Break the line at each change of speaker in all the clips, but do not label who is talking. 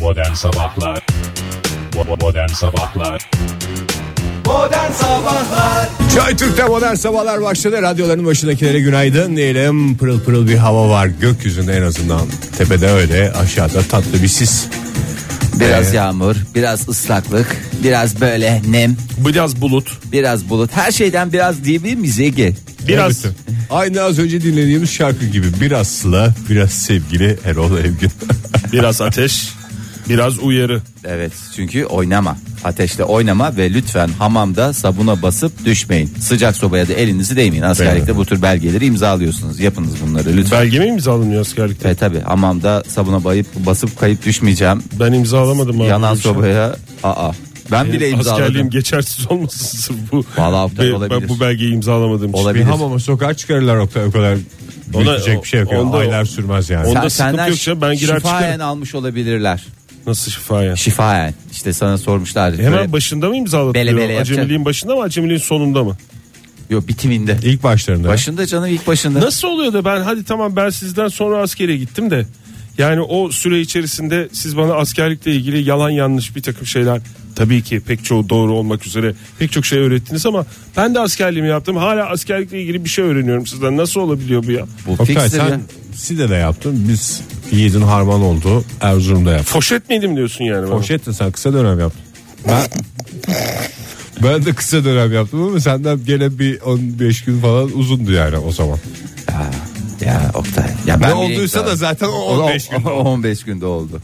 Modern Sabahlar Bo- Modern Sabahlar
Modern Sabahlar
Çay Türk'te modern sabahlar başladı. Radyoların başındakilere günaydın diyelim. Pırıl pırıl bir hava var gökyüzünde en azından. Tepede öyle aşağıda tatlı bir sis.
Biraz yağmur, biraz ıslaklık, biraz böyle nem,
Biraz bulut.
biraz bulut. Her şeyden biraz diyebilir miyiz Ege?
Biraz.
Evet. Aynı az önce dinlediğimiz şarkı gibi. Biraz sıla, biraz sevgili Erol Evgin.
Biraz ateş. Biraz uyarı.
Evet çünkü oynama. Ateşle oynama ve lütfen hamamda sabuna basıp düşmeyin. Sıcak sobaya da elinizi değmeyin. Askerlikte bu tür belgeleri imzalıyorsunuz. Yapınız bunları lütfen.
Belge mi imzalanıyor askerlikte?
Ve tabi hamamda sabuna bayıp basıp kayıp düşmeyeceğim.
Ben imzalamadım abi.
Yanan
bu işi.
sobaya aa. Ben bile imzaladım.
Askerliğim geçersiz olmasın sırf bu.
Vallahi aptal
ben,
olabilir.
ben bu belgeyi imzalamadığım için.
Olabilir.
bir hamama sokağa çıkarırlar o kadar. O kadar
Ona-
büyütecek bir şey yok.
onda-
Aylar sürmez yani.
Onda
Sen-
sıkıntı
senden
yok canım, ben girer
şifayen
çıkarım.
almış olabilir.
Nasıl şifaya?
Şifayen. İşte sana sormuşlar.
Hemen
Böyle-
başında mı imzaladın?
Bele
diyor?
bele yapacak.
Acemiliğin başında mı acemiliğin sonunda mı?
Yok bitiminde.
İlk başlarında.
Başında canım ilk başında.
Nasıl oluyor da ben hadi tamam ben sizden sonra askere gittim de. Yani o süre içerisinde siz bana askerlikle ilgili yalan yanlış bir takım şeyler tabii ki pek çoğu doğru olmak üzere pek çok şey öğrettiniz ama ben de askerliğimi yaptım. Hala askerlikle ilgili bir şey öğreniyorum sizden. Nasıl olabiliyor bu ya?
Bu
Oktay
fixtir ya.
sen Side'de yaptın. Biz Yiğit'in harman oldu. Erzurum'da yaptık.
Foşet miydim diyorsun yani? bana?
Poşetle sen kısa dönem yaptın. Ben ben de kısa dönem yaptım ama senden gene bir 15 gün falan uzundu yani o zaman.
Ya Oktay. Ya ben
ne
bileyim
olduysa
sana.
da zaten o
O da-
15 gün.
o- 15 günde oldu.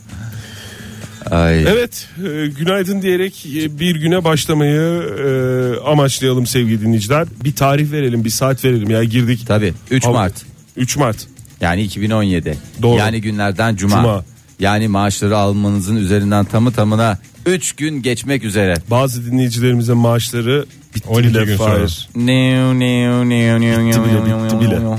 Ay.
Evet e, günaydın diyerek e, bir güne başlamayı e, amaçlayalım sevgili dinleyiciler. Bir tarih verelim bir saat verelim ya girdik.
Tabii 3 Mart.
3 Mart.
Yani 2017.
Doğru.
Yani günlerden cuma.
Cuma.
Yani maaşları almanızın üzerinden tamı tamına 3 gün geçmek üzere.
Bazı dinleyicilerimizin maaşları bitti
12
bile
gün
Fahir.
sonra.
Niu, niu, niu, niu, niu,
bile,
niu, niu,
bitti
niu,
bile.
niu.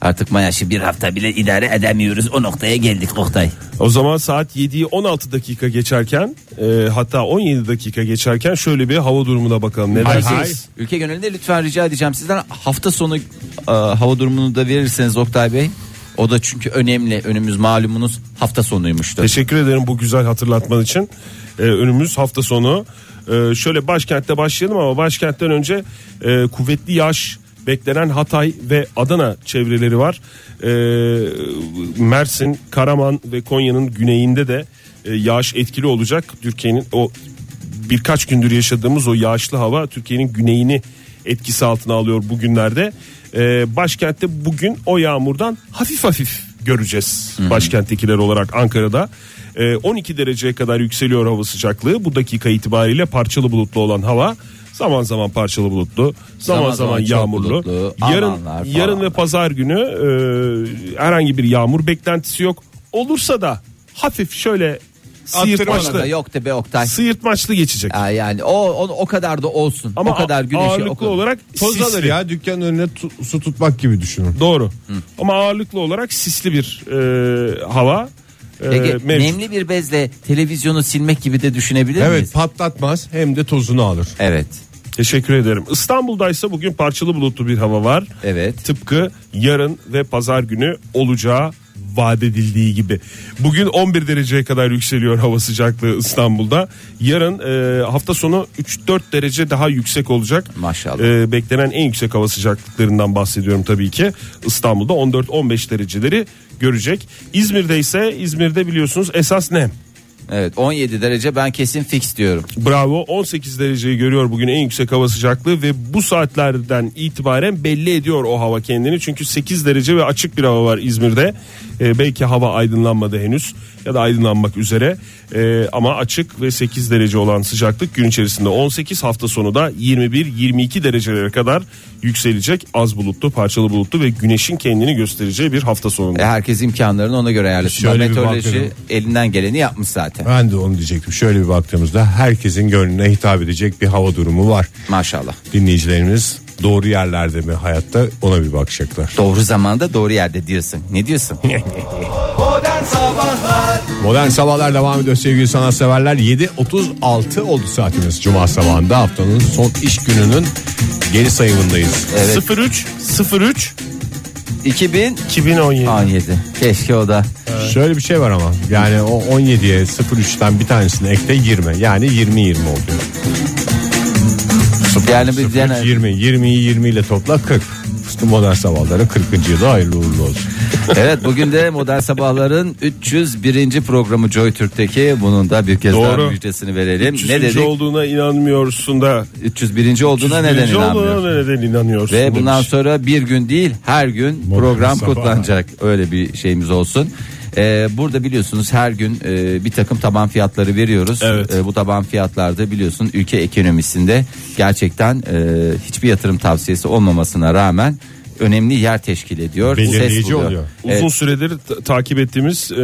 Artık maaşı bir hafta bile idare edemiyoruz. O noktaya geldik Oktay.
O zaman saat 7'yi 16 dakika geçerken e, hatta 17 dakika geçerken şöyle bir hava durumuna bakalım. Ne
Hay hay.
dersiniz?
Ülke genelinde lütfen rica edeceğim sizden hafta sonu e, hava durumunu da verirseniz Oktay Bey. O da çünkü önemli. Önümüz malumunuz hafta sonuymuştu.
Teşekkür ederim bu güzel hatırlatman için. Ee, önümüz hafta sonu. Ee, şöyle başkentte başlayalım ama başkentten önce e, kuvvetli yağış beklenen Hatay ve Adana çevreleri var. Ee, Mersin, Karaman ve Konya'nın güneyinde de e, yağış etkili olacak. Türkiye'nin o birkaç gündür yaşadığımız o yağışlı hava Türkiye'nin güneyini etkisi altına alıyor bugünlerde. Ee, başkentte bugün o yağmurdan hafif hafif göreceğiz başkenttekiler olarak Ankara'da. Ee, 12 dereceye kadar yükseliyor hava sıcaklığı. Bu dakika itibariyle parçalı bulutlu olan hava zaman zaman parçalı bulutlu, zaman zaman,
Zaman zaman çok
yağmurlu.
bulutlu,
yarın
amanlar falan.
yarın ve pazar günü e, herhangi bir yağmur beklentisi yok. Olursa da hafif şöyle
Ona da
sıyırtmaçlı
yok de be Oktay.
sıyırtmaçlı geçecek.
Ya yani o, o o kadar da olsun.
Ama
o kadar güneşi
ağırlıklı
o kadar.
olarak
Toz alır
sisli.
ya dükkan önüne tu- su tutmak gibi düşünün.
Doğru. Ama ağırlıklı olarak sisli bir e, hava e,
Ege,
mevcut.
nemli bir bezle televizyonu silmek gibi de düşünebilir miyiz?
Evet patlatmaz hem de tozunu alır.
Evet.
Teşekkür ederim. İstanbul'daysa bugün parçalı bulutlu bir hava var.
Evet.
Tıpkı yarın ve pazar günü olacağı vaat edildiği gibi. Bugün 11 dereceye kadar yükseliyor hava sıcaklığı İstanbul'da. Yarın e, hafta sonu 3-4 derece daha yüksek olacak.
Maşallah.
E, beklenen en yüksek hava sıcaklıklarından bahsediyorum tabii ki. İstanbul'da 14-15 dereceleri görecek. İzmir'de ise İzmir'de biliyorsunuz esas nem.
Evet 17 derece ben kesin fix diyorum.
Bravo 18 dereceyi görüyor bugün en yüksek hava sıcaklığı ve bu saatlerden itibaren belli ediyor o hava kendini. Çünkü 8 derece ve açık bir hava var İzmir'de. Ee, belki hava aydınlanmadı henüz ya da aydınlanmak üzere Ee, ama açık ve 8 derece olan sıcaklık gün içerisinde 18 hafta sonu da 21-22 derecelere kadar yükselecek. Az bulutlu parçalı bulutlu ve güneşin kendini göstereceği bir hafta sonunda.
E, herkes imkanlarını ona göre ayarlasın.
Şöyle bir
Meteoroloji
bakıyorum.
elinden geleni yapmış zaten.
Ben de onu diyecektim. Şöyle bir baktığımızda herkesin gönlüne hitap edecek bir hava durumu var.
Maşallah.
Dinleyicilerimiz doğru yerlerde mi hayatta ona bir bakacaklar.
Doğru zamanda doğru yerde diyorsun. Ne diyorsun?
Modern Sabahlar
Modern Sabahlar devam ediyor sevgili sanatseverler. 7.36 oldu saatimiz Cuma sabahında haftanın son iş gününün geri sayımındayız.
Evet.
03 03
2017.
2017.
Keşke o da.
Şöyle bir şey var ama yani o 17'ye 03'ten bir tanesini ekle 20 yani 20 20 oluyor.
Yani bir
0,
yani
20 20'yi 20 ile topla 40. Fıstı modern sabahları 40. yılı hayırlı uğurlu olsun.
evet bugün de Modern Sabahların 301. programı Joy Türk'teki bunun da bir kez daha
Doğru.
müjdesini verelim. Ne
Ne
dedik?
olduğuna inanmıyorsun da.
301. olduğuna neden
100.
inanmıyorsun?
olduğuna neden inanıyorsun?
Ve bundan
demiş.
sonra bir gün değil her gün
Modern
program
Sabah.
kutlanacak. Öyle bir şeyimiz olsun. Ee, burada biliyorsunuz her gün e, bir takım taban fiyatları veriyoruz.
Evet.
Ee, bu taban fiyatlarda biliyorsun ülke ekonomisinde gerçekten e, hiçbir yatırım tavsiyesi olmamasına rağmen önemli yer teşkil ediyor. Ses
Belirleyici
buluyor.
oluyor.
Evet.
Uzun süredir ta- takip ettiğimiz e,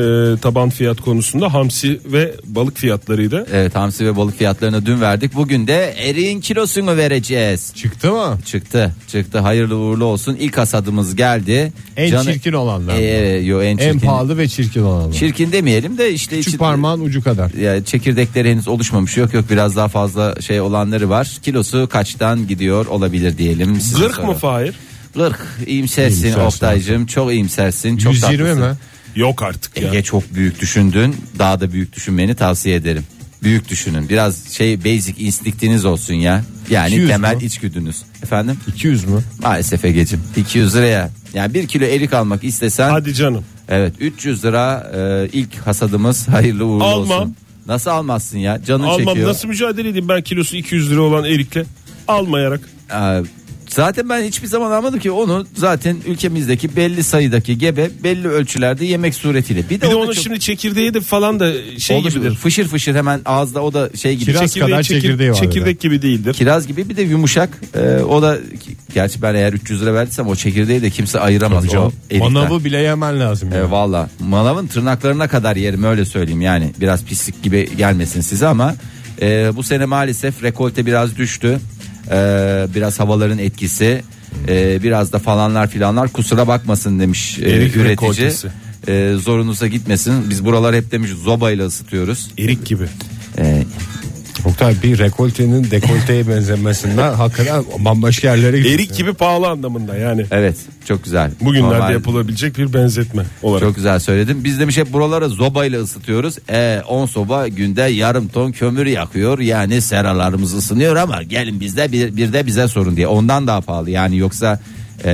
taban fiyat konusunda hamsi ve balık fiyatlarıydı.
Evet hamsi ve balık fiyatlarını dün verdik. Bugün de eriğin kilosunu vereceğiz.
Çıktı mı?
Çıktı çıktı hayırlı uğurlu olsun. İlk hasadımız geldi.
En çirkin olanlar mı?
Ee, yo, en
En
çirkin.
pahalı ve çirkin olanlar.
Çirkin demeyelim de işte
Küçük
içi-
parmağın ucu kadar.
Ya, çekirdekleri henüz oluşmamış yok yok biraz daha fazla şey olanları var. Kilosu kaçtan gidiyor olabilir diyelim. size
Zırk mı
soralım.
Fahir?
Lırk iyimsersin
İyimsersin.
Oktay'cım çok iyimsersin. Çok
120
tatlısın.
mi?
Yok artık ya.
Ege çok büyük düşündün. Daha da büyük düşünmeni tavsiye ederim. Büyük düşünün. Biraz şey basic instinktiniz olsun ya. Yani
200
temel
mü?
içgüdünüz. Efendim?
200 mü?
Maalesef Ege'cim. 200 liraya. Yani bir kilo erik almak istesen.
E, Hadi canım.
Evet 300 lira e, ilk hasadımız hayırlı uğurlu
Almam.
olsun. Nasıl almazsın ya? Canın
Almam
çekiyor.
nasıl mücadele edeyim ben kilosu 200 lira olan erikle almayarak.
Ee, Zaten ben hiçbir zaman almadım ki onu zaten ülkemizdeki belli sayıdaki gebe belli ölçülerde yemek suretiyle. Bir de,
Bir de
onu
onun
çok-
şimdi çekirdeği de falan da şey
Olur,
gibidir.
Fışır fışır hemen ağızda o da şey gibi.
Kiraz
Çekirdeği
kadar
çekir-
çekirdeği var
Çekirdek gibi değildir.
Kiraz gibi bir de yumuşak. Ee, o da gerçi ben eğer 300 lira verdiysem o çekirdeği de kimse ayıramaz. O erikten.
Manavı bile yemen lazım.
E,
yani.
Valla manavın tırnaklarına kadar yerim öyle söyleyeyim yani biraz pislik gibi gelmesin size ama e, bu sene maalesef rekolte biraz düştü E, biraz havaların etkisi e, biraz da falanlar filanlar kusura bakmasın demiş e,
Erik
üretici.
rekoltesi.
E, zorunuza gitmesin biz buralar hep demiş zobayla ısıtıyoruz.
Erik gibi.
E,
Oktay bir rekoltenin dekolteye benzemesinden hakikaten bambaşka yerlere gidiyor.
Erik gibi pahalı anlamında yani.
evet çok güzel.
Bugünlerde
Normal-
yapılabilecek bir benzetme olarak.
Çok güzel söyledim. Biz demiş hep buralara zobayla ısıtıyoruz. E 10 soba günde yarım ton kömür yakıyor. Yani seralarımız ısınıyor ama gelin bizde bir, bir de bize sorun diye. Ondan daha pahalı. Yani yoksa e,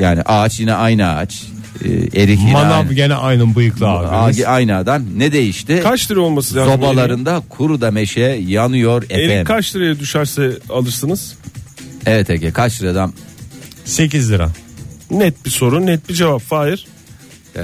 yani ağaç yine aynı ağaç. E, erik yine
Manav
aynı.
gene aynı bıyıklı abi.
Ağacı aynı adam. Ne değişti?
Kaç lira olması lazım? eriğin?
Sobalarında kuru da meşe yanıyor
Erik
efendim.
kaç liraya düşerse alırsınız?
Evet Ege kaç liradan?
8 lira.
Net bir soru, net bir cevap. Hayır.
E,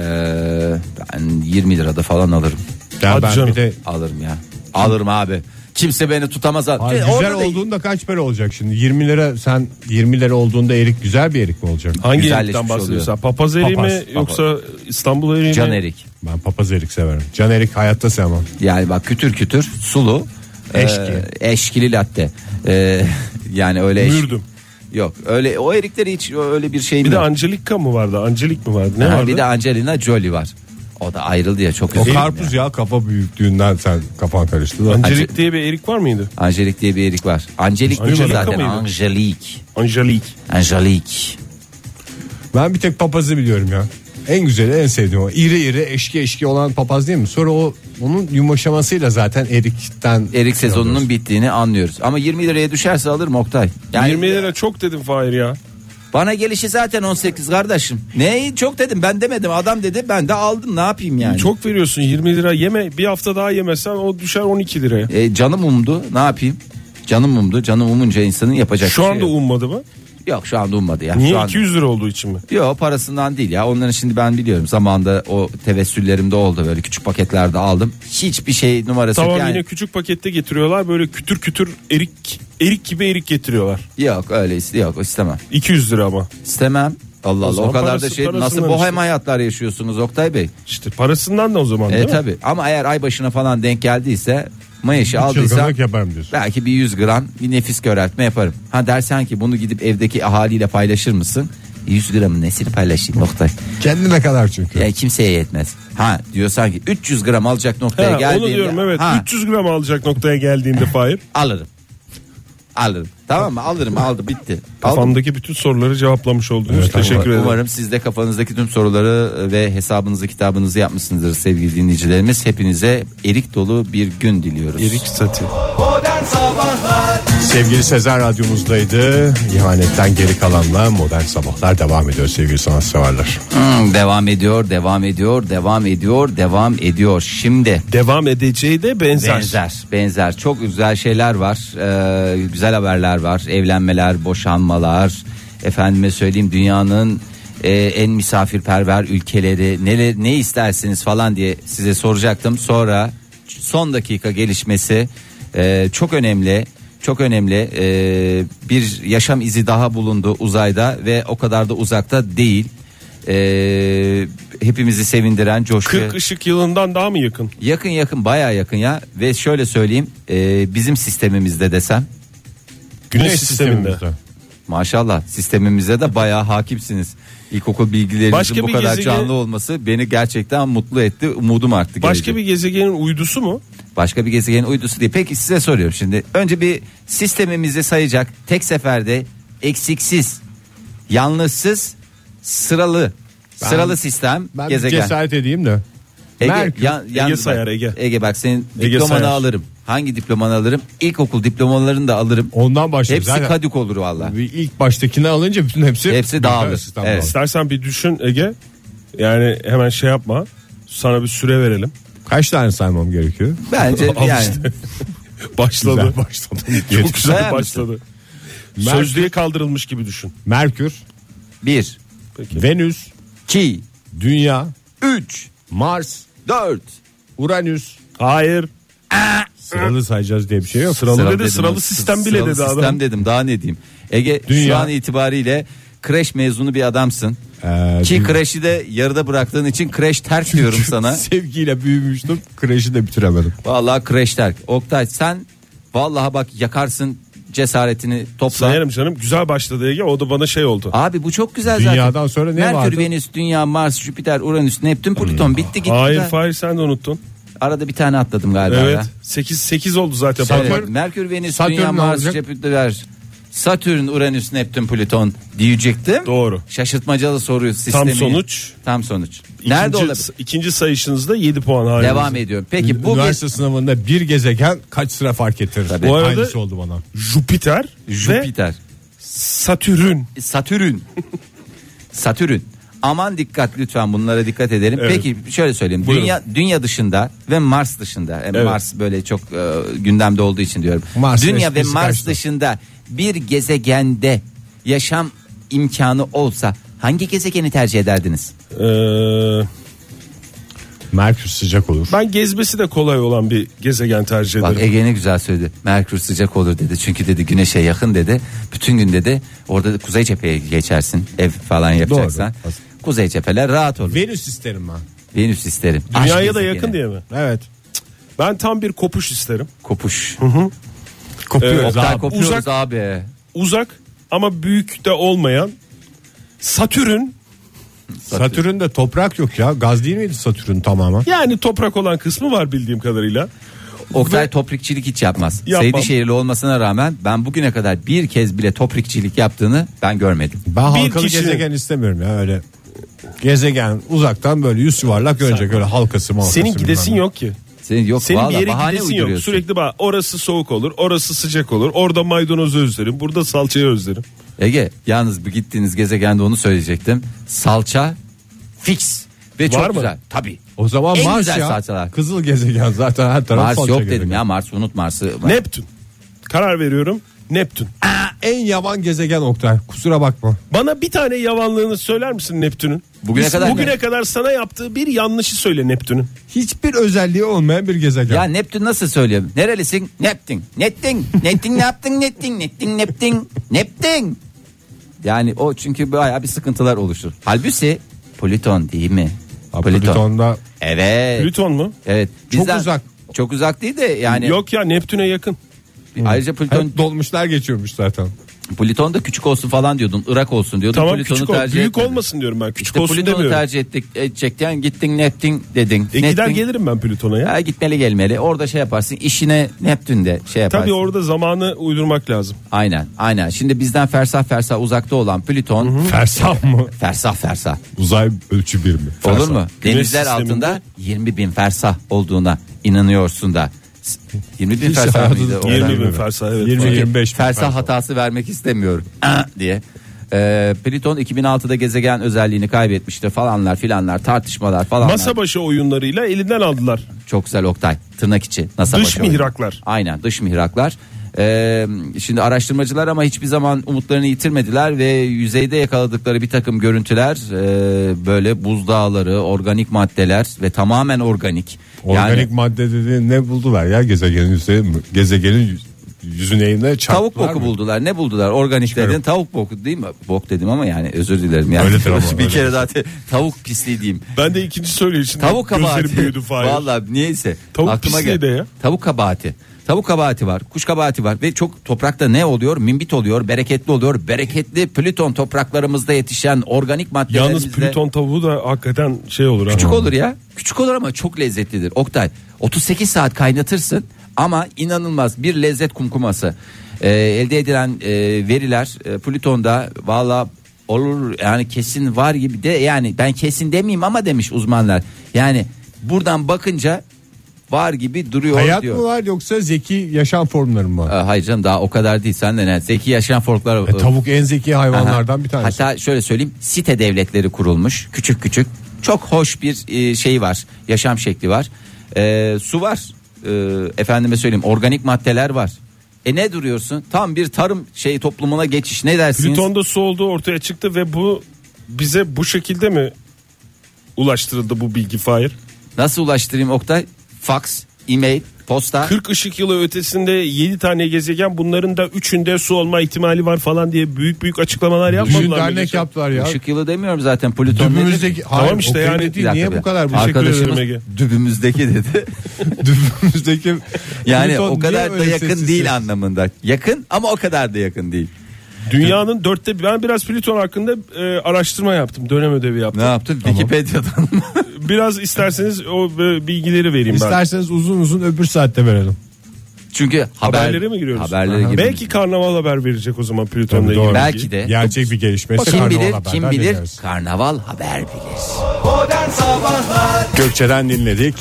ben 20 lirada falan alırım.
Yani
Hadi
ben
canım.
bir de
Alırım ya. Alırım abi. Kimse beni tutamaz.
Ay,
E,
güzel
orada da-
olduğunda kaç para olacak şimdi? 20 lira sen 20 lira olduğunda erik güzel bir erik mi olacak?
Hangi
Güzelleşmiş
erikten bahsediyorsun?
oluyor.
Papaz eriği
Papaz,
mi
papaz.
yoksa İstanbul eriği mi?
Can erik.
Ben papaz erik severim. Can erik hayatta sevmem.
Yani bak kütür kütür sulu.
Eşki.
e, eşkili latte. E, yani öyle eş-
Mürdüm.
Yok öyle o erikleri hiç öyle bir şey mi?
Bir de
yok.
Angelika mı vardı? Angelik mi vardı? Ne
Ha,
vardı?
bir de Angelina Jolie var. O da ayrıldı ya çok
O
üzüldüm
karpuz ya. kafa büyüklüğünden sen kafan karıştı da.
Angelik diye bir erik var mıydı?
ya. Angelik diye bir erik var. Angelik değil mi
Angelika
zaten?
mıydı?
Angelik.
Angelik.
Angelik.
Ben bir tek papazı biliyorum ya. En güzeli en sevdiğim o. İri iri eşki eşki olan papaz değil mi? Sonra o onun yumuşamasıyla zaten erikten şey
Erik sezonunun bittiğini anlıyoruz. Ama 20 liraya düşerse alırım Oktay. Yani
20 lira çok dedim Fahir ya.
Bana gelişi zaten 18 kardeşim. Ne çok dedim ben demedim adam dedi ben de aldım ne yapayım yani.
Çok veriyorsun 20 lira yeme. Bir hafta daha yemesen o düşer 12 liraya.
E, canım umdu ne yapayım? Canım umdu. Canım umunca insanın yapacak bir
Şu
şey
anda
yok.
ummadı mı?
Yok şu anda ummadı ya.
Niye
şu anda.
200 lira olduğu için mi?
Yok parasından değil ya. Onların şimdi ben biliyorum. Zamanında o tevessüllerimde oldu böyle küçük paketlerde aldım. Hiçbir şey numarası
Tamam
yok yani.
yine küçük pakette getiriyorlar böyle kütür kütür erik erik gibi erik getiriyorlar.
Yok öyle iste- yok istemem.
200 lira ama.
İstemem. Allah Allah o
zaman
kadar da
parası-
şey nasıl
parasından
bohem
işte.
hayatlar yaşıyorsunuz Oktay Bey?
İşte parasından da o zaman değil
E
mi?
tabi ama eğer ay başına falan denk geldiyse Mayaşı aldıysa
çılgınlık yaparım diyorsun.
belki bir 100 gram bir nefis köreltme yaparım. Ha dersen ki bunu gidip evdeki ahaliyle paylaşır mısın? 100 gramın nesini paylaşayım Oktay?
Kendine kadar çünkü.
Ya kimseye yetmez. Ha diyorsan ki 300 gram alacak noktaya
Ha,
E, geldiğinde
onu diyorum evet.
ha,
300 gram alacak noktaya geldiğinde Fahir.
alırım. alırım. Tamam mı? Alırım aldı bitti. Aldım.
Kafamdaki bütün soruları cevaplamış oldunuz. Teşekkür ederim.
Umarım siz de kafanızdaki tüm soruları ve hesabınızı kitabınızı yapmışsınızdır sevgili dinleyicilerimiz. Hepinize erik dolu bir gün diliyoruz.
Erik Satie.
Modern Sabahlar
Sevgili Sezen radyomuzdaydı. İhanetten geri kalanla modern sabahlar devam ediyor sevgili sanatseverler.
Hmm, devam ediyor, devam ediyor, devam ediyor, devam ediyor. Şimdi
Devam edeceği de benzer.
benzer, benzer. Çok güzel şeyler var, ee, güzel haberler var. Evlenmeler, boşanmalar. Efendime söyleyeyim dünyanın e, en misafirperver ülkeleri ne, ne istersiniz falan diye size soracaktım. Sonra son dakika gelişmesi e, çok önemli. Çok önemli e, bir yaşam izi daha bulundu uzayda ve o kadar da uzakta değil. E, hepimizi sevindiren coşku.
40 ışık yılından daha mı yakın?
Yakın yakın baya yakın ya ve şöyle söyleyeyim e, bizim sistemimizde desem
Güneş sisteminde.
maşallah sistemimize de baya hakimsiniz. İlkokul bilgilerinizin
Başka
bu
bir
kadar
gezegen-
canlı olması beni gerçekten mutlu etti. Umudum arttı.
Başka
gelecek.
bir gezegenin uydusu mu?
Başka bir gezegenin uydusu diye. Peki size soruyorum şimdi. Önce bir sistemimizi sayacak tek seferde eksiksiz, yalnızsız, sıralı. sıralı sistem
Ben
gezegen.
cesaret edeyim de.
Ege,
Merkür.
yan- yalnız bak.
sayar, Ege.
Ege bak senin
Ege
diplomanı
sayar.
alırım. Hangi diplomanı alırım? İlkokul diplomalarını da alırım.
Ondan
şey
başlayalım.
Hepsi
Zaten
kadük olur valla.
bir ilk baştakini alınca bütün hepsi
Hepsi dağılır.
sistemde
Evet.
olur.
İstersen bir düşün Ege. Yani hemen şey yapma. Sana bir süre verelim.
Kaç tane saymam gerekiyor?
Bence
Al
yani.
işte. Başladı.
Güzel başladı.
Çok güzel
Sayar
başladı.
Merkür-
Sözlüğe kaldırılmış gibi düşün.
Merkür,
Bir,
Venüs,
iki,
Dünya,
üç,
Mars,
dört.
Uranüs.
Hayır.
Sıralı sayacağız diye bir şey yok.
Sıralı, dedi,
dedim
sıralı
ben.
sistem bile
Sıralı
dedi
sistem
adam.
dedim daha ne diyeyim. Ege şu
Dünya.
an itibariyle kreş mezunu bir adamsın.
Ee,
Ki
dü-
kreşi de yarıda bıraktığın için kreş terk diyorum sana.
Sevgiyle büyümüştüm. Kreşi de bitiremedim.
Vallahi kreş terk. Oktay sen vallahi bak yakarsın cesaretini topla.
Sayarım canım. Güzel başladı Ege. O da bana şey oldu.
Abi bu çok güzel zaten.
Dünyadan sonra ne
Merkür,
vardı?
Venüs, Dünya, Mars, Jüpiter, Uranüs, Neptün, Plüton bitti gitti.
Hayır
Ben-
Fahir sen de unuttun.
Arada bir tane atladım galiba.
Evet.
ya.
8 8 oldu zaten.
Evet,
Bak-
Merkür, Venüs,
Satürn
Dünya,
ne
Mars,
olacak?
Jüpiter, Satürn, Uranüs, Neptün, Plüton diyecektim.
Doğru.
Şaşırtmacalı soruyu sistemi.
Tam sonuç.
Tam sonuç.
İkinci,
Nerede olabilir?
İkinci sayışınızda 7 puan haliniz.
Devam ediyorum. Peki bu
Üniversite sınavında bir gezegen kaç sıra fark ettirir?
Tabii.
Bu
Bu arada-
Aynısı oldu bana.
Jüpiter,
bir Jüpiter.
Satürn.
Satürn. Satürn. Aman dikkat lütfen bunlara dikkat edelim.
Evet.
Peki şöyle söyleyeyim.
Buyurun.
Dünya dünya dışında ve Mars dışında. Yani
Evet.
Mars böyle çok e, gündemde olduğu için diyorum.
Mars
dünya ve
esprisi
Mars
kaçtı.
dışında bir gezegende yaşam imkanı olsa hangi gezegeni tercih ederdiniz?
Ee,
Merkür sıcak olur.
ben gezmesi de kolay olan bir gezegen tercih
Bak e,
ederim.
Ege ne güzel söyledi. Merkür sıcak olur dedi. Çünkü dedi güneşe yakın dedi. Bütün gün dedi orada kuzey cepheye geçersin. Ev falan yapacaksan.
Doğru.
Kuzey cepheler rahat olur.
Venüs isterim ben.
Venüs isterim.
Dünyaya
Aşk
da
gezegeni.
yakın diye mi?
Evet.
Ben tam bir kopuş isterim. Ee,
Kopuş.
Kopuyoruz
Oktay
abi.
kopuyoruz
uzak-
abi.
Uzak ama büyük de olmayan Satürn
Satürn'de toprak yok ya. Gaz değil miydi Satürn tamamen?
yani toprak olan kısmı var bildiğim kadarıyla.
Oktay toprikçilik hiç yapmaz.
Yapmam.
Seydişehirli olmasına rağmen ben bugüne kadar bir kez bile toprikçilik yaptığını ben görmedim.
Ben
Bir
halkalı
kişinin-
gezegen istemiyorum ya öyle. Gezegen uzaktan böyle yüz yuvarlak görecek öyle halkası mı
Senin gidesin yok ki.
Senin yok
Senin
valla
bir yere
bahane
gidesin yok.
uyduruyorsun.
Sürekli bak orası soğuk olur, orası sıcak olur. Orada maydanozu özlerim, burada salçayı özlerim.
Ege yalnız bir gittiğiniz gezegende onu söyleyecektim. Salça fix ve çok
mı?
güzel. Tabii.
O zaman
En
Mars
güzel
ya.
salçalar.
Kızıl gezegen zaten her taraf
Mars
salça
yok
gezegen.
dedim ya Mars unut Mars'ı.
Neptün. Karar veriyorum. Neptün.
En yavan gezegen Oktay. Kusura bakma.
Bana bir tane yavanlığını söyler misin Neptün'ün?
Bugüne
Biz-
kadar
bugüne
ne?
kadar sana yaptığı bir yanlışı söyle Neptün'ün.
Hiçbir özelliği olmayan bir gezegen.
Ya Neptün nasıl söylüyorum? Nerelisin? Neptün. Neptün. Neptün ne yaptın? Neptün. Neptün. Neptün. Neptün. Yani o çünkü bayağı bir sıkıntılar oluşur. Halbuki Plüton değil mi?
Ha, Plüton'da
Evet.
Plüton mu?
Evet.
Çok uzak.
Çok uzak değil de yani.
Yok ya Neptün'e yakın.
Ayrıca Plüton
hep dolmuşlar geçiyormuş zaten.
Plüton da küçük olsun falan diyordun. Irak olsun diyordun.
Tamam
Plüton'u
küçük ol.
tercih
Büyük
etmedin.
olmasın diyorum ben. Küçük
İşte
olsun
Plüton'u
demiyorum.
tercih ettik, edecekken gittin Neptün dedin.
E gider
Neptün-
gelirim ben Plüton'a ya.
Ha, gitmeli gelmeli. Orada şey yaparsın. İşine Neptün'de şey yaparsın.
Tabii orada zamanı uydurmak lazım.
Aynen aynen. Şimdi bizden fersah fersah uzakta olan Plüton.
Fersah mı?
Fersah fersah.
Uzay ölçü birimi. Fersah.
Olur mu?
Güneş
Denizler
sisteminde-
altında 20 bin fersah olduğuna inanıyorsun da. S- 20 bin fersah
hayatınızda
mıydı? o?
20 bin
bilmiyorum.
fersah evet.
20
Çünkü
25 bin
fersah
fersah.
hatası vermek istemiyorum Ah diye. Ee, Plüton 2006'da gezegen özelliğini kaybetmişti falanlar filanlar tartışmalar falanlar.
Masa başı oyunlarıyla elinden aldılar.
Çok güzel Oktay. Tırnak içi. NASA
Dış
başı oyunu.
mihraklar.
Aynen dış mihraklar. Ee, şimdi araştırmacılar ama hiçbir zaman umutlarını yitirmediler ve yüzeyde yakaladıkları bir takım görüntüler e, böyle buzdağları, organik maddeler ve tamamen organik.
Organik
yani
madde dediğin ne buldular ya gezegenin yüzeyinde mi? Gezegenin yüzüneyinde
tavuk
çarptılar
boku
mı?
buldular. Ne buldular? Organik dedin. Tavuk boku değil mi? Bok dedim ama yani özür dilerim. Yani.
Öyledir ama,
bir
öyledir.
kere daha te- tavuk pisliği diyeyim.
Ben de ikinci söyleyişinde
Tavuk
gözlerim
kabahati.
büyüdü Fahir.
Vallahi niyeyse.
Tavuk
aklıma
pisliği
gel-
de ya.
Tavuk kabahati. Tavuk kabahati var, kuş kabahati var ve çok toprakta ne oluyor? Mimbit oluyor, bereketli oluyor. Bereketli Plüton topraklarımızda yetişen organik maddelerimizde.
Yalnız Plüton tavuğu da hakikaten şey olur. ha.
Küçük olur ya. Küçük olur ama çok lezzetlidir. Oktay 38 saat kaynatırsın ama inanılmaz bir lezzet kumkuması. Ee, elde edilen e, veriler e, Plüton'da valla olur yani kesin var gibi de yani ben kesin demeyeyim ama demiş uzmanlar. Yani buradan bakınca var gibi duruyor
Hayat
diyor.
mı var yoksa zeki yaşam formları mı
Ee,
var?
hayır canım daha o kadar değil sen de ne zeki yaşayan folklar
E, tavuk en zeki hayvanlardan
Aha.
bir tanesi.
Hatta şöyle söyleyeyim site devletleri kurulmuş küçük küçük çok hoş bir e, şey var yaşam şekli var E, su var E, efendime söyleyeyim organik maddeler var. E ne duruyorsun tam bir tarım şey toplumuna geçiş ne dersiniz?
Plüton'da su olduğu ortaya çıktı ve bu bize bu şekilde mi ulaştırıldı bu bilgi Fahir?
Nasıl ulaştırayım Oktay? Fax, e-mail, posta.
40 ışık yılı ötesinde 7 tane gezegen bunların da 3'ünde su olma ihtimali var falan diye büyük büyük açıklamalar
Düşün
yapmadılar.
dernek
Melisa.
yaptılar ya.
şey? Işık yılı demiyorum zaten Plüton dedi.
Dübümüzdeki
Tamam
Hayır,
işte
o
yani
kelime değil.
Bir dakika,
Niye
bir
bu
dakika.
kadar bu
Arkadaş-
şekilde
ederim
Arkadaşımız
Ege.
dübümüzdeki dedi.
dübümüzdeki
Yani
Plüton
o
niye
kadar da
öyle
yakın
sessiz
değil
sessiz?
anlamında. Yakın ama o kadar da yakın değil.
Dünyanın dörtte ben biraz Plüton hakkında e, araştırma yaptım. Dönem ödevi yaptım.
Ne yaptın? Wikipedia'dan mı?
Biraz isterseniz o e, bilgileri vereyim ben.
İsterseniz uzun uzun öbür saatte verelim.
Çünkü haber,
Haberlere mi giriyoruz?
Haberlere
Aha.
giriyoruz.
Belki karnaval haber verecek o zaman Plüton'la
Tabii, doğru.
ilgili.
Belki de.
Gerçek bir gelişme.
kim bilir, kim bilir? Karnaval haber bilir.
Modern Sabahlar
Gökçe'den dinledik.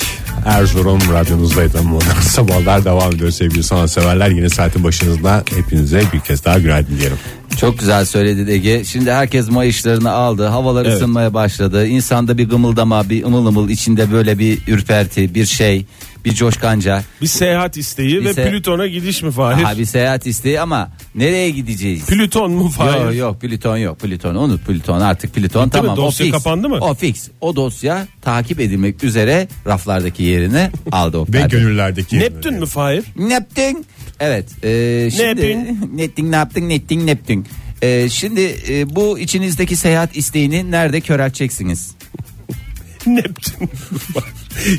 Erzurum radyonuzdaydı. Modern sabahlar devam ediyor sevgili sanatseverler. Yine saatin başınızda hepinize bir kez daha günaydın diyelim.
Çok güzel söyledi Ege. Şimdi herkes mayışlarını aldı. Havalar ısınmaya başladı. İnsanda bir gımıldama, bir ımıl ımıl içinde böyle bir ürperti, bir şey, bir coşkanca.
Bir seyahat isteği
Bir
ve
se-
Plüton'a gidiş mi Fahir?
Abi seyahat isteği ama nereye gideceğiz?
Plüton mu Fahir?
Yok yok Plüton yok Plüton unut Plüton artık Plüton
Bitti mi?
tamam o
Dosya
fix.
kapandı mı?
O fix o dosya takip edilmek üzere raflardaki yerini aldı o
Ve
perde.
gönüllerdeki.
Neptün mü Fahir?
Ne yaptın? Evet. E, şimdi,
yaptın?
ne yaptın? Ne yaptın? Ne yaptın? Ne yaptın? E, şimdi e, bu içinizdeki seyahat isteğini nerede körelteceksiniz?
Neptün.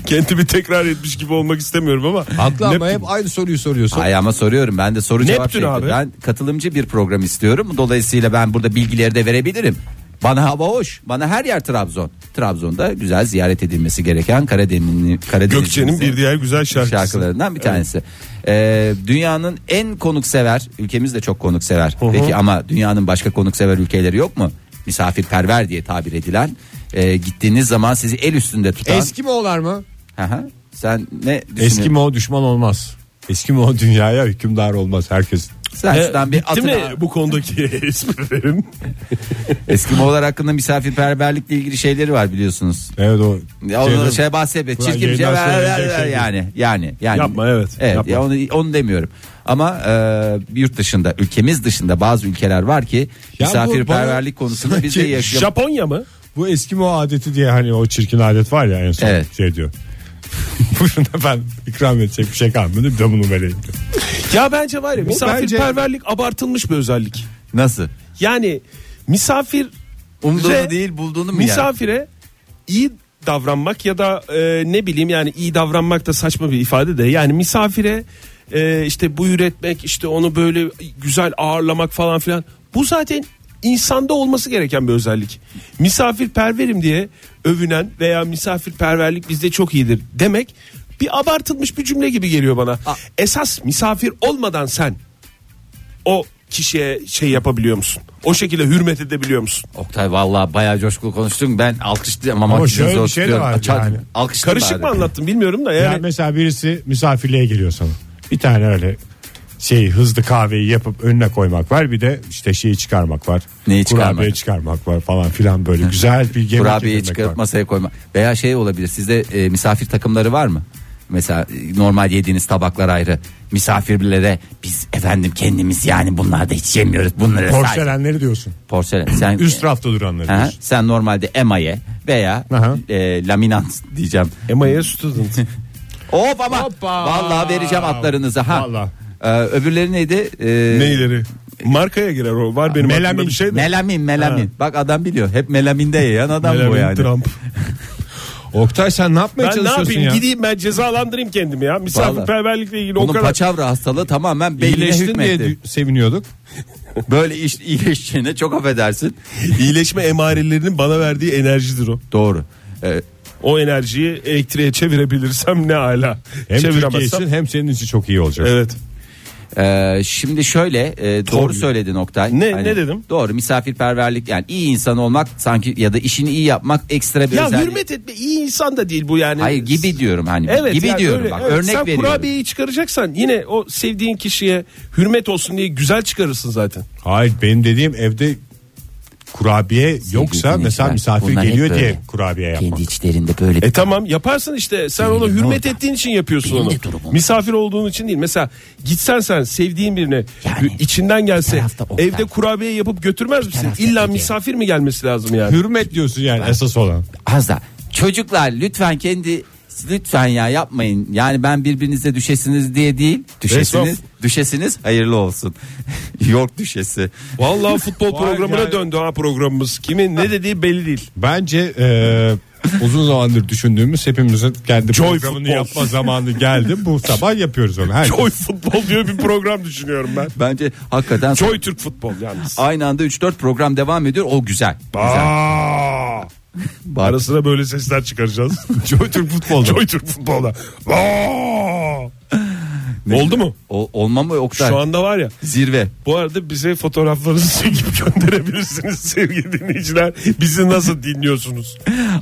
Kendimi tekrar etmiş gibi olmak istemiyorum ama.
Haklı ama
Neptün.
hep aynı soruyu soruyorsun.
Ay ama soruyorum ben de soru cevap
Neptün
şekli.
abi.
Ben katılımcı bir program istiyorum. Dolayısıyla ben burada bilgileri de verebilirim. Bana hava hoş. Bana her yer Trabzon. Trabzon'da güzel ziyaret edilmesi gereken Karadeniz Karadeniz
Gökçe'nin bir diğer güzel şarkısı.
şarkılarından bir tanesi. Ee, dünyanın en konuksever, ülkemiz de çok konuksever. Peki ama dünyanın başka konuksever ülkeleri yok mu? Misafirperver diye tabir edilen. e, gittiğiniz zaman sizi el üstünde tutan.
Eski mi olar mı?
Hı hı. Sen ne
Eski
düşünüyorsun?
mi o düşman olmaz. Eski mi o dünyaya hükümdar olmaz herkes.
Sen
E,
şuradan bir
bitti
atın
mi
abi.
bu konudaki esprilerim?
Eskimoğullar hakkında misafirperverlikle ilgili şeyleri var biliyorsunuz.
Evet o.
Ya onu
Şeyden-
şey bahsetme.
Ulan
Çirkince
yayından
ver- ver-
söyleyecek
ver
şey değil.
yani. Yani yani.
Yapma, evet,
Evet
yapma.
ya onu onu demiyorum. Ama e, yurt dışında ülkemiz dışında bazı ülkeler var ki
Ya bu
misafirperverlik
bana-
konusunda biz de
sanki
yaşıyoruz.
Japonya mı?
Bu eski mi o adeti diye hani o çirkin adet var ya en son
Evet.
şey diyor. Buyurun efendim ikram edecek bir şey kalmadı bir de bunu vereyim diyor.
Ya bence var ya misafirperverlik abartılmış bir özellik.
Nasıl?
Yani misafir
Umduğunu
Şey,
Ve
değil bulduğunu mu yani?
misafire iyi davranmak ya da e, ne bileyim yani iyi davranmak da saçma bir ifade de yani misafire e, işte bu üretmek işte onu böyle güzel ağırlamak falan filan. Bu zaten insanda olması gereken bir özellik. Misafirperverim diye övünen veya misafirperverlik bizde çok iyidir demek bir abartılmış bir cümle gibi geliyor bana. Esas misafir olmadan sen o kişiye şey yapabiliyor musun? O şekilde hürmet edebiliyor musun?
Oktay vallahi bayağı coşkulu konuştun. Ben alkışlayamamak
Ama
için
şöyle
zor
bir şey de
tutuyorum.
var
Açar-
yani.
Alkışla
Karışık
bari.
mı anlattım bilmiyorum da
Yani
yani.
mesela birisi misafirliğe geliyor sana. Bir tane öyle şey hızlı kahveyi yapıp önüne koymak var. Bir de işte şeyi çıkarmak var.
Neyi
Kurabiye
çıkarmak?
çıkarmak var falan filan böyle güzel bir yemek
Kurabiyeyi
yedirmek
çıkarıp
var.
masaya koyma. Veya şey olabilir sizde e, misafir takımları var mı? Mesela e, normal yediğiniz tabaklar ayrı. Misafirlere biz efendim kendimiz yani bunlar da hiç yemiyoruz. Bunları sadece
Porselenleri diyorsun.
porselen. Sen
Üst rafta duranları
Aha,
diyorsun.
sen normalde emaye veya
Aha.
e, laminant diyeceğim.
MIA student.
Hop ama vallahi vereceğim atlarınızı ha.
Vallahi.
Ee, öbürleri neydi? Ee,
Neyleri? Markaya girer o. Var benim
Melamin.
aklımda bir şey de.
Melamin, melamin. Bak adam biliyor. Hep melaminde yiyen adam bu
Melamin
yani.
Trump.
Oktay sen ne yapmaya
Ben ne
çalışıyorsun
yapayım
ya?
gideyim ben cezalandırayım kendimi ya. Misafirperverlikle ilgili o
Bunun
kadar.
paçavra hastalığı tamamen beynine
İyileştin diye
hükmetti.
dü- seviniyorduk.
Böyle iş, iyileşeceğine çok affedersin.
İyileşme emarelerinin bana verdiği enerjidir o.
Doğru. Ee,
O enerjiyi elektriğe çevirebilirsem ne hala.
Hem Türkiye
Çeviremezsem.
için hem senin için çok iyi olacak.
Evet.
e, şimdi şöyle e, doğru söyledin Oktay. Hani
Ne- ne dedim?
Doğru misafirperverlik yani iyi insan olmak sanki ya da işini iyi yapmak ekstra bir
Ya
özellik.
hürmet etme iyi insan da değil bu yani.
Hayır gibi diyorum hani
Evet,
gibi
yani
diyorum
öyle,
bak
evet.
örnek
Sen
veriyorum.
kurabiyeyi çıkaracaksan yine o sevdiğin kişiye hürmet olsun diye güzel çıkarırsın zaten.
Hayır benim dediğim evde kurabiye yoksa mesela
dinleyiciler,
misafir
bunlar hep
geliyor diye
böyle.
kurabiye yapmak.
Kendi içlerinde böyle
E tamam yaparsın işte sen ona hürmet ettiğin için yapıyorsun
Benim
onu.
de durumum.
Misafir olduğun için değil. Mesela gitsen sen sevdiğin birine
Yani
içinden gelse
tarafta o
evde
tarafta.
kurabiye yapıp götürmez misin?
tarafta
İlla
Ege.
misafir mi gelmesi lazım yani?
Hürmet diyorsun yani esas olan.
az da çocuklar lütfen kendi lütfen ya yapmayın. Yani ben birbirinize düşesiniz diye değil. Düşesiniz,
Resmen-
düşesiniz hayırlı olsun. York düşesi.
Vallahi futbol programına
yani.
döndü ha programımız. Kimin ne dediği belli değil.
Bence e, uzun zamandır düşündüğümüz hepimizin kendi programını
futbol.
yapma zamanı geldi. Bu sabah yapıyoruz onu. Herkes.
Joy futbol diyor bir program düşünüyorum ben.
Bence hakikaten
Joy Türk futbol yalnız.
aynı anda 3-4 program devam ediyor. O güzel. güzel.
Aa!
Bak,
Ara sıra böyle sesler çıkaracağız. Joy Türk futbolda. Joy Türk futbolda. Aa! Oldu mu?
o, olma mı Oktay?
Şu anda var ya
Zirve.
Bu arada bize fotoğraflarınızı çekip gönderebilirsiniz sevgili dinleyiciler. Bizi nasıl dinliyorsunuz?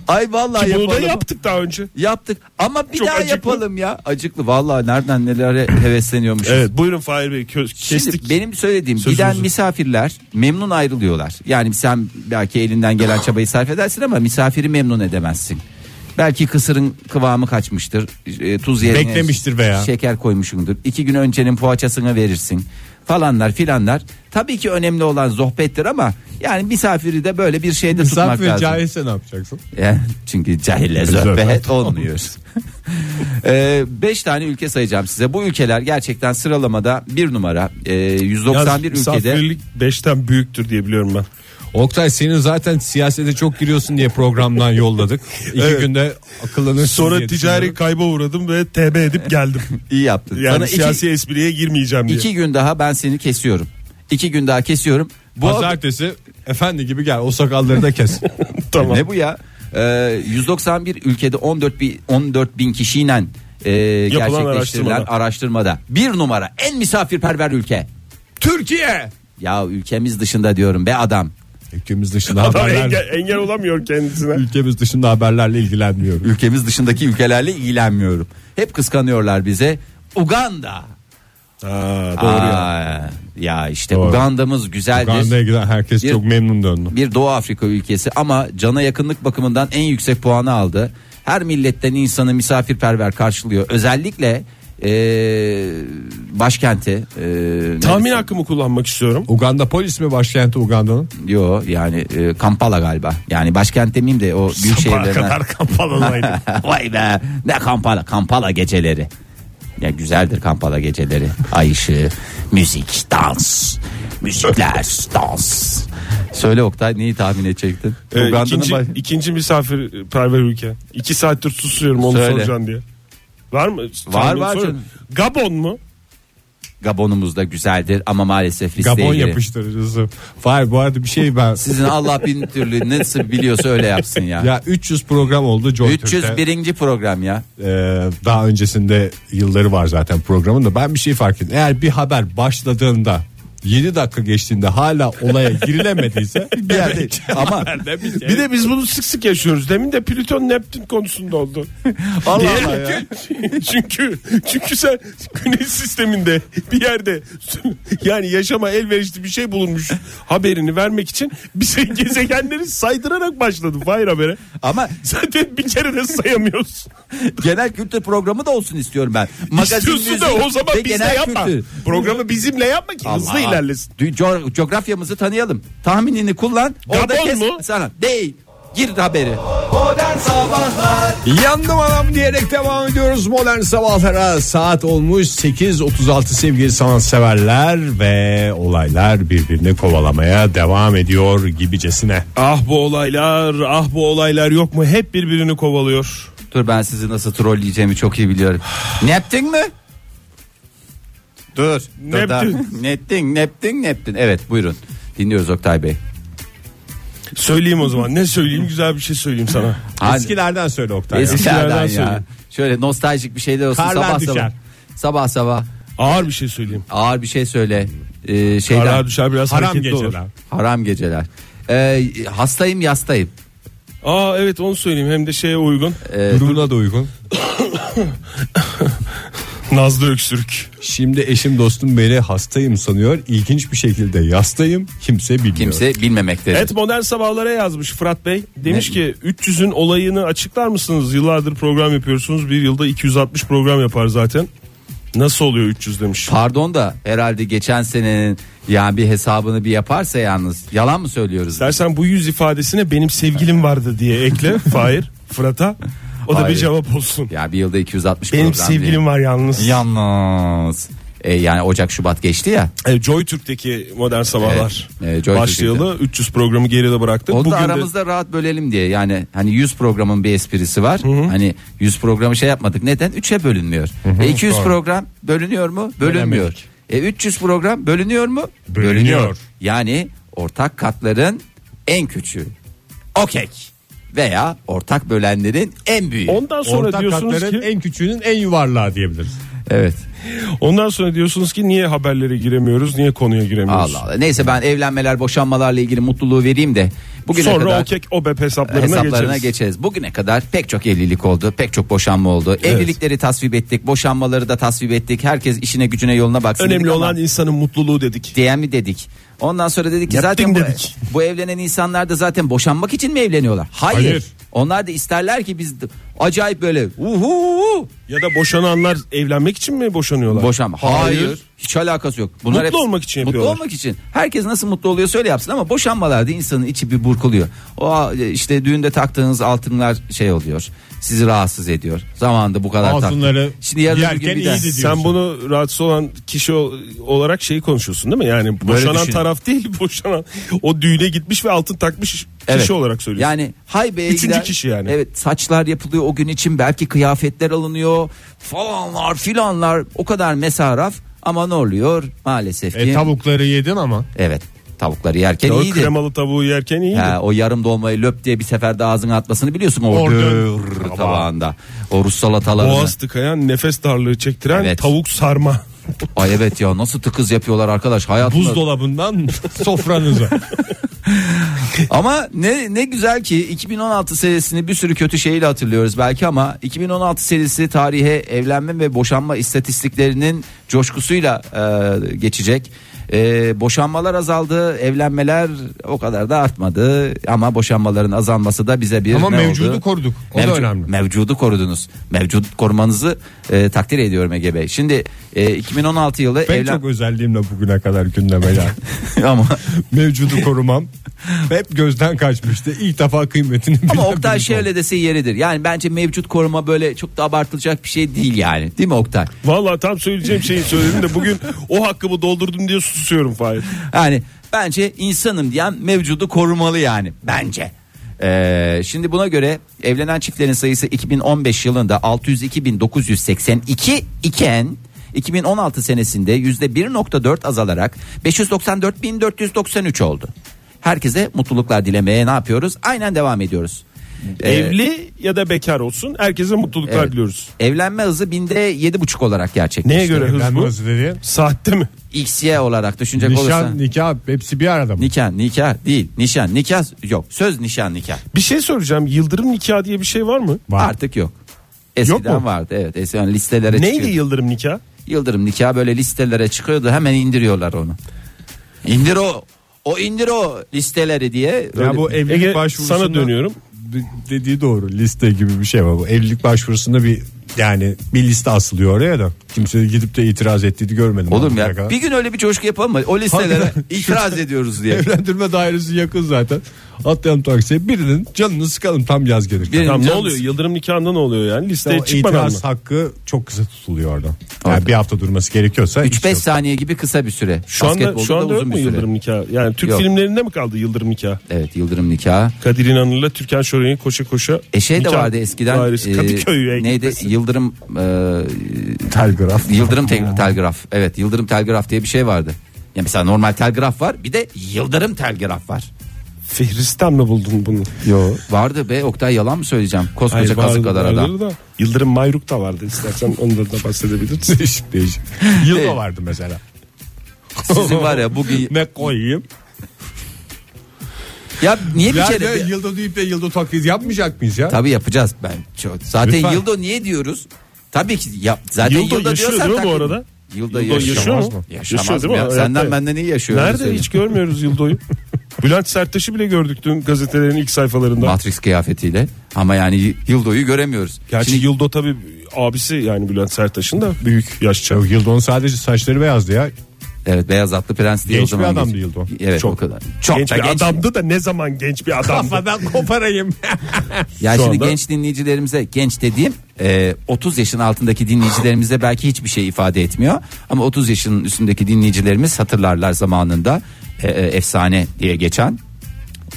Ay vallahi
Bunu da
yapalım.
yaptık daha önce.
Yaptık ama bir
Çok
daha
acıklı.
yapalım ya. Acıklı vallahi nereden nelere hevesleniyormuşuz.
Evet buyurun Fahir Bey kö-
Şimdi
kestik.
benim söylediğim
Sözünüzü.
giden misafirler memnun ayrılıyorlar. Yani sen belki elinden gelen çabayı sarf edersin ama misafiri memnun edemezsin. Belki kısırın kıvamı kaçmıştır. e, Tuz yerine
Beklemiştir veya.
şeker koymuşsundur. İki gün öncenin poğaçasını verirsin. Falanlar filanlar. Tabii ki önemli olan sohbettir ama yani misafiri de böyle bir şeyde tutmak
Misafir
lazım.
cahilse ne yapacaksın?
Yani çünkü cahille zöhbet olmuyor. Ee, beş tane ülke sayacağım size. Bu ülkeler gerçekten sıralamada bir numara. Ee, 191 ülkede.
5'ten büyüktür diye biliyorum ben.
Oktay senin zaten siyasete çok giriyorsun diye programdan yolladık. İki
Evet.
günde akıllanırsın
Sonra
diye
ticari
düşünüyorum.
kayba uğradım ve TB edip geldim.
iyi yaptın.
Yani
Sana iki,
siyasi espriye girmeyeceğim diye.
iki gün daha ben seni kesiyorum. İki gün daha kesiyorum. Bu
Pazartesi efendi gibi gel o sakalları da kes.
Tamam.
ne bu ya? Ee, 191 ülkede 14 bin, 14 bin kişiyle e, gerçekleştirilen
araştırmada.
araştırmada bir numara en misafirperver ülke.
Türkiye.
Ya ülkemiz dışında diyorum be adam.
Ülkemiz dışında
Adam
haberler.
engel, engel olamıyor kendisine.
Ülkemiz dışında haberlerle ilgilenmiyorum.
ülkemiz dışındaki ülkelerle ilgilenmiyorum. Hep kıskanıyorlar bize. Uganda.
doğru
ya. Ya işte
Doğru.
Uganda'mız güzeldir.
Uganda'ya giden herkes
Bir-
çok memnun döndü.
Bir Doğu Afrika ülkesi ama cana yakınlık bakımından en yüksek puanı aldı. Her milletten insanı misafirperver karşılıyor. Özellikle eee, başkenti. eee,
Tahmin
neresi?
hakkımı kullanmak istiyorum.
Uganda polis mi başkenti Uganda'nın?
Yo yani eee, Kampala galiba. Yani başkent demeyeyim de o büyük
Sabaha
şehirlerden.
kadar kampalanaydım.
Vay be ne Kampala Kampala geceleri. Ya güzeldir Kampala geceleri. Ay ışığı, müzik, dans, müzikler, dans. Söyle Oktay neyi tahmin edecektin?
Ee,
Uganda'nın
ikinci,
baş-
ikinci misafirperver ülke. İki saattir susuyorum onu
Söyle.
soracağım diye. Var mı?
Var, var
Tahmin
canım.
soruyorum. Gabon mu?
Gabonumuz da güzeldir ama maalesef listeye
Gabon
girin.
yapıştırıcısı. Fahir bu arada bir şey ben.
Sizin Allah bin türlü nasıl biliyorsa öyle yapsın ya.
Ya 300 program oldu Joy Türk'te.
301. program ya.
Ee, daha öncesinde yılları var zaten programın da ben bir şey fark ettim. Eğer bir haber başladığında 7 dakika geçtiğinde hala olaya girilemediyse bir yerde
Ama
Bir de biz bunu sık sık yaşıyoruz. Demin de Plüton Neptün konusunda oldu.
Allah
Niye?
Allah ya.
çünkü çünkü sen güneş sisteminde bir yerde yani yaşama elverişli bir şey bulunmuş haberini vermek için bize gezegenleri saydırarak başladı Fahir habere.
ama
Zaten bir kere de sayamıyorsun.
genel kültür programı da olsun istiyorum ben. Magazin
İstiyorsun da
müzik
o zaman
ve
bizle
genel
yapma.
kültür.
Programı bizimle yapma ki hızlı
Allah.
ilerlesin.
Dü- co- coğrafyamızı tanıyalım. Tahminini kullan. Orada
Gabon
kes
mu?
sana. Değil. Gir haberi.
Modern Sabahlar
Yandım anam diyerek devam ediyoruz modern sabahlara. Saat olmuş 8.36 sevgili sanatseverler ve olaylar birbirini kovalamaya devam ediyor gibicesine.
Ah bu olaylar, ah bu olaylar yok mu? Hep birbirini kovalıyor.
Dur ben sizi nasıl trolleyeceğimi çok iyi biliyorum. Neptin mi? Dur. dur daha-
Neptün.
Neptin, Neptin, Neptin. Evet buyurun. Dinliyoruz Oktay Bey.
Söyleyeyim o zaman. Ne söyleyeyim? Güzel bir şey söyleyeyim sana.
Hadi.
eskilerden söyle Oktay. ya.
Eskilerden ya.
Eskilerden söyleyeyim.
Şöyle nostaljik bir şeyler olsun
Karlar
sabah sabah.
düşer.
Sabah sabah
Ağır bir şey söyleyeyim.
ağır bir şey söyle. Ee, şeyden
Ağır düşer biraz
Haram
hareketli olur.
geceler.
haram geceler. Ee, hastayım yastayım.
Aa evet onu söyleyeyim hem de şeye uygun.
Durumuna da uygun.
Nazlı öksürük.
Şimdi eşim dostum beni hastayım sanıyor. İlginç bir şekilde yastayım. Kimse bilmiyor.
Kimse bilmemektedir.
Evet modern sabahlara yazmış Fırat Bey. Demiş ki 300'ün olayını açıklar mısınız? Yıllardır program yapıyorsunuz. Bir yılda 260 program yapar zaten. Nasıl oluyor 300 demiş.
Pardon da herhalde geçen senenin yani bir hesabını bir yaparsa yalnız yalan mı söylüyoruz?
Dersen bu yüz ifadesine benim sevgilim vardı diye ekle. Fahir, Fırat'a. O da
Hayır.
bir cevap olsun.
Ya bir yılda 260
Benim
program değil.
sevgilim var yalnız.
Yalnız. E, yani Ocak Şubat geçti ya.
E, Joy Türk'teki modern sabahlar
Evet, e, Joy
başlayalı 300 programı geride bıraktık.
Onu
Bugün
da
de-
aramızda rahat bölelim diye. Yani hani 100 programın bir esprisi var. Hani 100 programı şey yapmadık. Neden? 3'e bölünmüyor. e 200 program bölünüyor mu? Bölünmüyor.
Bölemedik.
E 300 program bölünüyor mu?
Bölünüyor.
Yani ortak katların en küçüğü. Okey. Veya ortak bölenlerin en büyüğü.
Ondan sonra
Ortak
diyorsunuz
katların
ki
en küçüğünün en yuvarlağı diyebiliriz.
Evet.
ondan sonra diyorsunuz ki niye haberlere giremiyoruz? Niye konuya giremiyoruz?
Allah Allah. Neyse ben evlenmeler, boşanmalarla ilgili mutluluğu vereyim de bugüne
Sonra
kadar
o kek o bep hesaplarına,
hesaplarına
geçeriz.
geçeriz. Bugüne kadar pek çok evlilik oldu, pek çok boşanma oldu. Evlilikleri tasvip ettik, boşanmaları da tasvip ettik. Herkes işine gücüne yoluna baksın.
Önemli
dedik ama
olan insanın mutluluğu dedik.
diye mi dedik? Ondan sonra dedik ki
Yaptın
zaten bu,
dedik.
bu evlenen insanlar da zaten boşanmak için mi evleniyorlar? Hayır.
Hayır.
Onlar da isterler ki biz de- acayip böyle uhu
Ya da boşananlar evlenmek için mi boşanıyorlar?
boşanma. Hayır. Hiç alakası yok. Bunlar
Mutlu olmak için
Mutlu
yapıyorlar.
olmak için. Herkes nasıl mutlu oluyor söyle yapsın ama boşanmalarda insanın içi bir burkuluyor. O e, işte düğünde taktığınız altınlar şey oluyor. Sizi rahatsız ediyor. Zamanında bu kadar tak-
Altınları
Şimdi yarın bir gün
yerken
bir de-
iyiydi diyor.
Sen bunu rahatsız olan kişi ol- olarak şeyi konuşuyorsun değil mi? Yani boşanan
düşün.
taraf değil boşanan o düğüne gitmiş ve altın takmış
Evet.
kişi olarak söylüyorsun.
Yani hay beye
Üçüncü
gider-
kişi yani.
Evet saçlar yapılıyor o gün için belki kıyafetler alınıyor falanlar filanlar o kadar mesaraf ama ne oluyor maalesef ki.
E, tavukları yedin ama.
evet tavukları yerken
o
iyiydi.
kremalı tavuğu yerken iyiydi.
Ha, o yarım dolmayı löp diye bir seferde ağzına atmasını biliyorsun o
Orada.
gır tabağında. O Rus salatalarını.
Boğaz tıkayan nefes darlığı çektiren
Evet.
tavuk sarma.
Ay evet ya nasıl tıkız yapıyorlar arkadaş hayatımda.
Buzdolabından sofranıza.
Ama ne ne güzel ki 2016 serisini bir sürü kötü şeyle hatırlıyoruz belki ama 2016 serisi tarihe evlenme ve boşanma istatistiklerinin coşkusuyla e, geçecek. E, boşanmalar azaldı, evlenmeler o kadar da artmadı ama boşanmaların azalması da bize bir
Ama
ne
mevcudu
oldu?
koruduk. O da önemli.
Mevcudu korudunuz. Mevcut korumanızı e, takdir ediyorum Ege Bey. Şimdi e, 2016 yılı
Ben
evlen
çok özelliğimle bugüne kadar gündeme geldim.
ama
Mevcudu korumam. Hep gözden kaçmıştı. İlk defa kıymetini bilen
Ama Oktay
biri oldu.
şöyle dese yeridir. Yani bence mevcut koruma böyle çok da abartılacak bir şey değil yani. Değil mi Oktay?
Vallahi tam söyleyeceğim şeyi söyledim de bugün o hakkımı doldurdum diye susuyorum Fahir.
Yani bence insanım diyen mevcudu korumalı yani. Bence. Ee, şimdi buna göre evlenen çiftlerin sayısı 2015 yılında 602.982 iken 2016 senesinde %1.4 azalarak 594.493 oldu. Herkese mutluluklar dilemeye ne yapıyoruz? Aynen devam ediyoruz. Ee,
Evli ya da bekar olsun herkese mutluluklar
Evet.
diliyoruz.
evlenme hızı binde yedi buçuk olarak gerçekleşti.
Neye göre hız
Ben
bu?
nasıl dediğim?
Saatte mi?
XY olarak düşünecek olursan.
Nişan, nikah hepsi bir arada mı?
Nikah, nikah değil. Nişan, nikah yok. Söz nişan nikah.
Bir şey soracağım. Yıldırım nikahı diye bir şey var mı?
Artık yok. Eskiden
Yok mu?
vardı evet. Eskiden listelere
Neydi
çıkıyordu.
yıldırım nikah?
Yıldırım nikah böyle listelere çıkıyordu. Hemen indiriyorlar onu. İndir o. O indir o listeleri diye.
Ya
Öyle-
bu evlilik
Ege,
başvurusunda
sana dönüyorum.
de- Dediği doğru liste gibi bir şey var bu. Evlilik başvurusunda bir yani bir liste asılıyor oraya da. Kimse gidip de itiraz ettiğini görmedim.
Olur mu
bugüne
ya?
kadar.
Bir gün öyle bir coşku yapalım mı? O listelere
Hakikaten.
itiraz ediyoruz diye.
Evlendirme dairesi yakın zaten. Atlayalım taksiye birinin canını sıkalım tam yaz gelirken.
Birinin
Tamam ne
canı-
oluyor? Yıldırım nikahında ne oluyor yani?
İşte
Listeye
o
çıkmadan mı?
itiraz hakkı çok kısa tutuluyor orada.
Orada.
Yani bir hafta durması gerekiyorsa. hiç
3-5
yok.
saniye gibi kısa bir süre.
Şu anda,
Basketbolda
şu
da
anda yok
uzun
mu
bir süre.
yıldırım nikahı? Yani Türk
Yok.
filmlerinde mi kaldı yıldırım nikahı?
Evet Yıldırım nikahı.
Kadir İnanır'la Türkan Şoray'ın koşa koşa
E şey de
nikah
vardı eskiden.
dairesi.
e,
Kadıköy'e
neydi?
gitmesi.
Yıldırım e,
Telgraf.
Yıldırım tel- telgraf. Evet, Yıldırım telgraf diye bir şey vardı. Ya mesela normal telgraf var, bir de Yıldırım telgraf var.
Fihris'ten mi buldun bunu?
Yok.
Vardı be Oktay yalan mı söyleyeceğim? Koskoca
Hayır,
kazık
vardı-
kadar
vardı
adam.
da. Yıldırım Mayruk da vardı istersen ondan da bahsedebiliriz.
değişik değişik. Yılda vardı mesela.
Sizin var ya bugün
Ne koyayım?
ya niye bir
Yani
kere
yılda deyip de yılda taklit yapmayacak mıyız ya?
Tabii yapacağız ben. çok- Zaten
Lütfen.
Yıldo niye diyoruz? Tabii ki yap. Zaten
Yıldo
Yıldo,
yaşıyor
diyorsan
değil mi bu
taklit-
arada?
Yıldo,
Yıldo
yaşıyor.
yaşıyor mu?
Yaşamaz
Yaşıyor değil
mı
mi?
ya?
Hayatta.
Senden benden iyi yaşıyor. öyle
Nerede
söyleyeyim.
hiç görmüyoruz Yıldo'yu. Bülent Serttaş'ı bile gördük dün gazetelerin ilk sayfalarında.
Matrix kıyafetiyle ama yani Yıldo'yu göremiyoruz.
Gerçi
Şimdi
Yıldo tabii abisi yani Bülent Serttaş'ın da büyük yaşça.
Yok, Yıldon'un sadece saçları beyazdı ya.
evet beyaz atlı prens diye
Genç
o zaman.
bir adamdı
geç-
Yıldo.
Evet
Çok.
o kadar. Çok
genç
da
bir
genç.
adamdı da ne zaman genç bir adamdı.
koparayım.
Yani
Şu
şimdi
anda-
genç dinleyicilerimize genç dediğim e, 30 yaşın altındaki dinleyicilerimize belki hiçbir şey ifade etmiyor. Ama 30 yaşın üstündeki dinleyicilerimiz hatırlarlar zamanında e, e, efsane diye geçen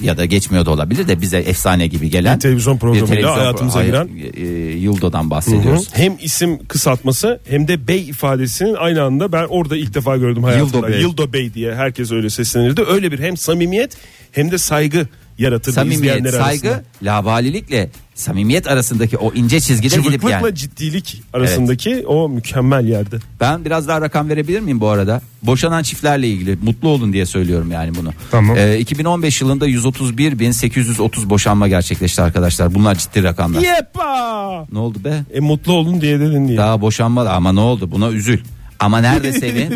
ya da geçmiyor da olabilir de bize efsane gibi gelen
Bir televizyon programıyla
pro-
hayatımıza
hayır,
giren-
e, e, Yıldo'dan bahsediyoruz.
Hı hı. Hem isim kısaltması hem de bey ifadesinin aynı anda ben orada ilk defa gördüm hayatımda.
Yıldo
Yıldo
Bey.
Bey, diye herkes öyle seslenirdi. Öyle bir hem samimiyet hem de saygı yaratırdı
Samimiyet,
izleyenler
saygı,
arasında.
labalilikle samimiyet arasındaki o ince çizgide gidip
Cıvıklıkla
yani.
ciddilik arasındaki o mükemmel yerde.
Ben biraz daha rakam verebilir miyim bu arada? Boşanan çiftlerle ilgili mutlu olun diye söylüyorum yani bunu.
Tamam.
Ee, 2015 yılında 131.830 boşanma gerçekleşti arkadaşlar. Bunlar ciddi rakamlar.
Yepa!
Ne oldu be?
E mutlu olun diye dedin diye.
Daha boşanma da- ama ne oldu? Buna üzül. Ama nerede sevin?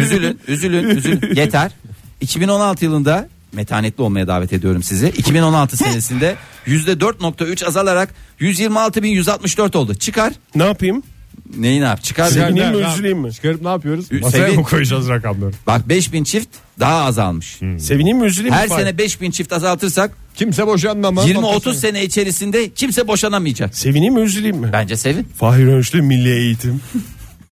üzülün, üzülün, üzülün. Yeter. 2016 yılında metanetli olmaya davet ediyorum sizi. 2016 senesinde %4.3 azalarak 126.164 oldu. Çıkar.
Ne yapayım?
Neyi ne yap? Çıkar.
Sevin-
beni.
Sevineyim mi, üzüleyim mi?
Çıkarıp ne yapıyoruz?
Ü-
Masaya
sevin-
mı koyacağız rakamları?
Bak 5000 çift daha azalmış.
Sevineyim mi üzüleyim mi?
Hmm. Her
Fahir?
sene 5000 çift azaltırsak
Kimse boşanmamaz.
20-30 sene içerisinde kimse boşanamayacak.
Sevineyim mi üzüleyim mi?
Bence sevin.
Fahir Önçlü Milli Eğitim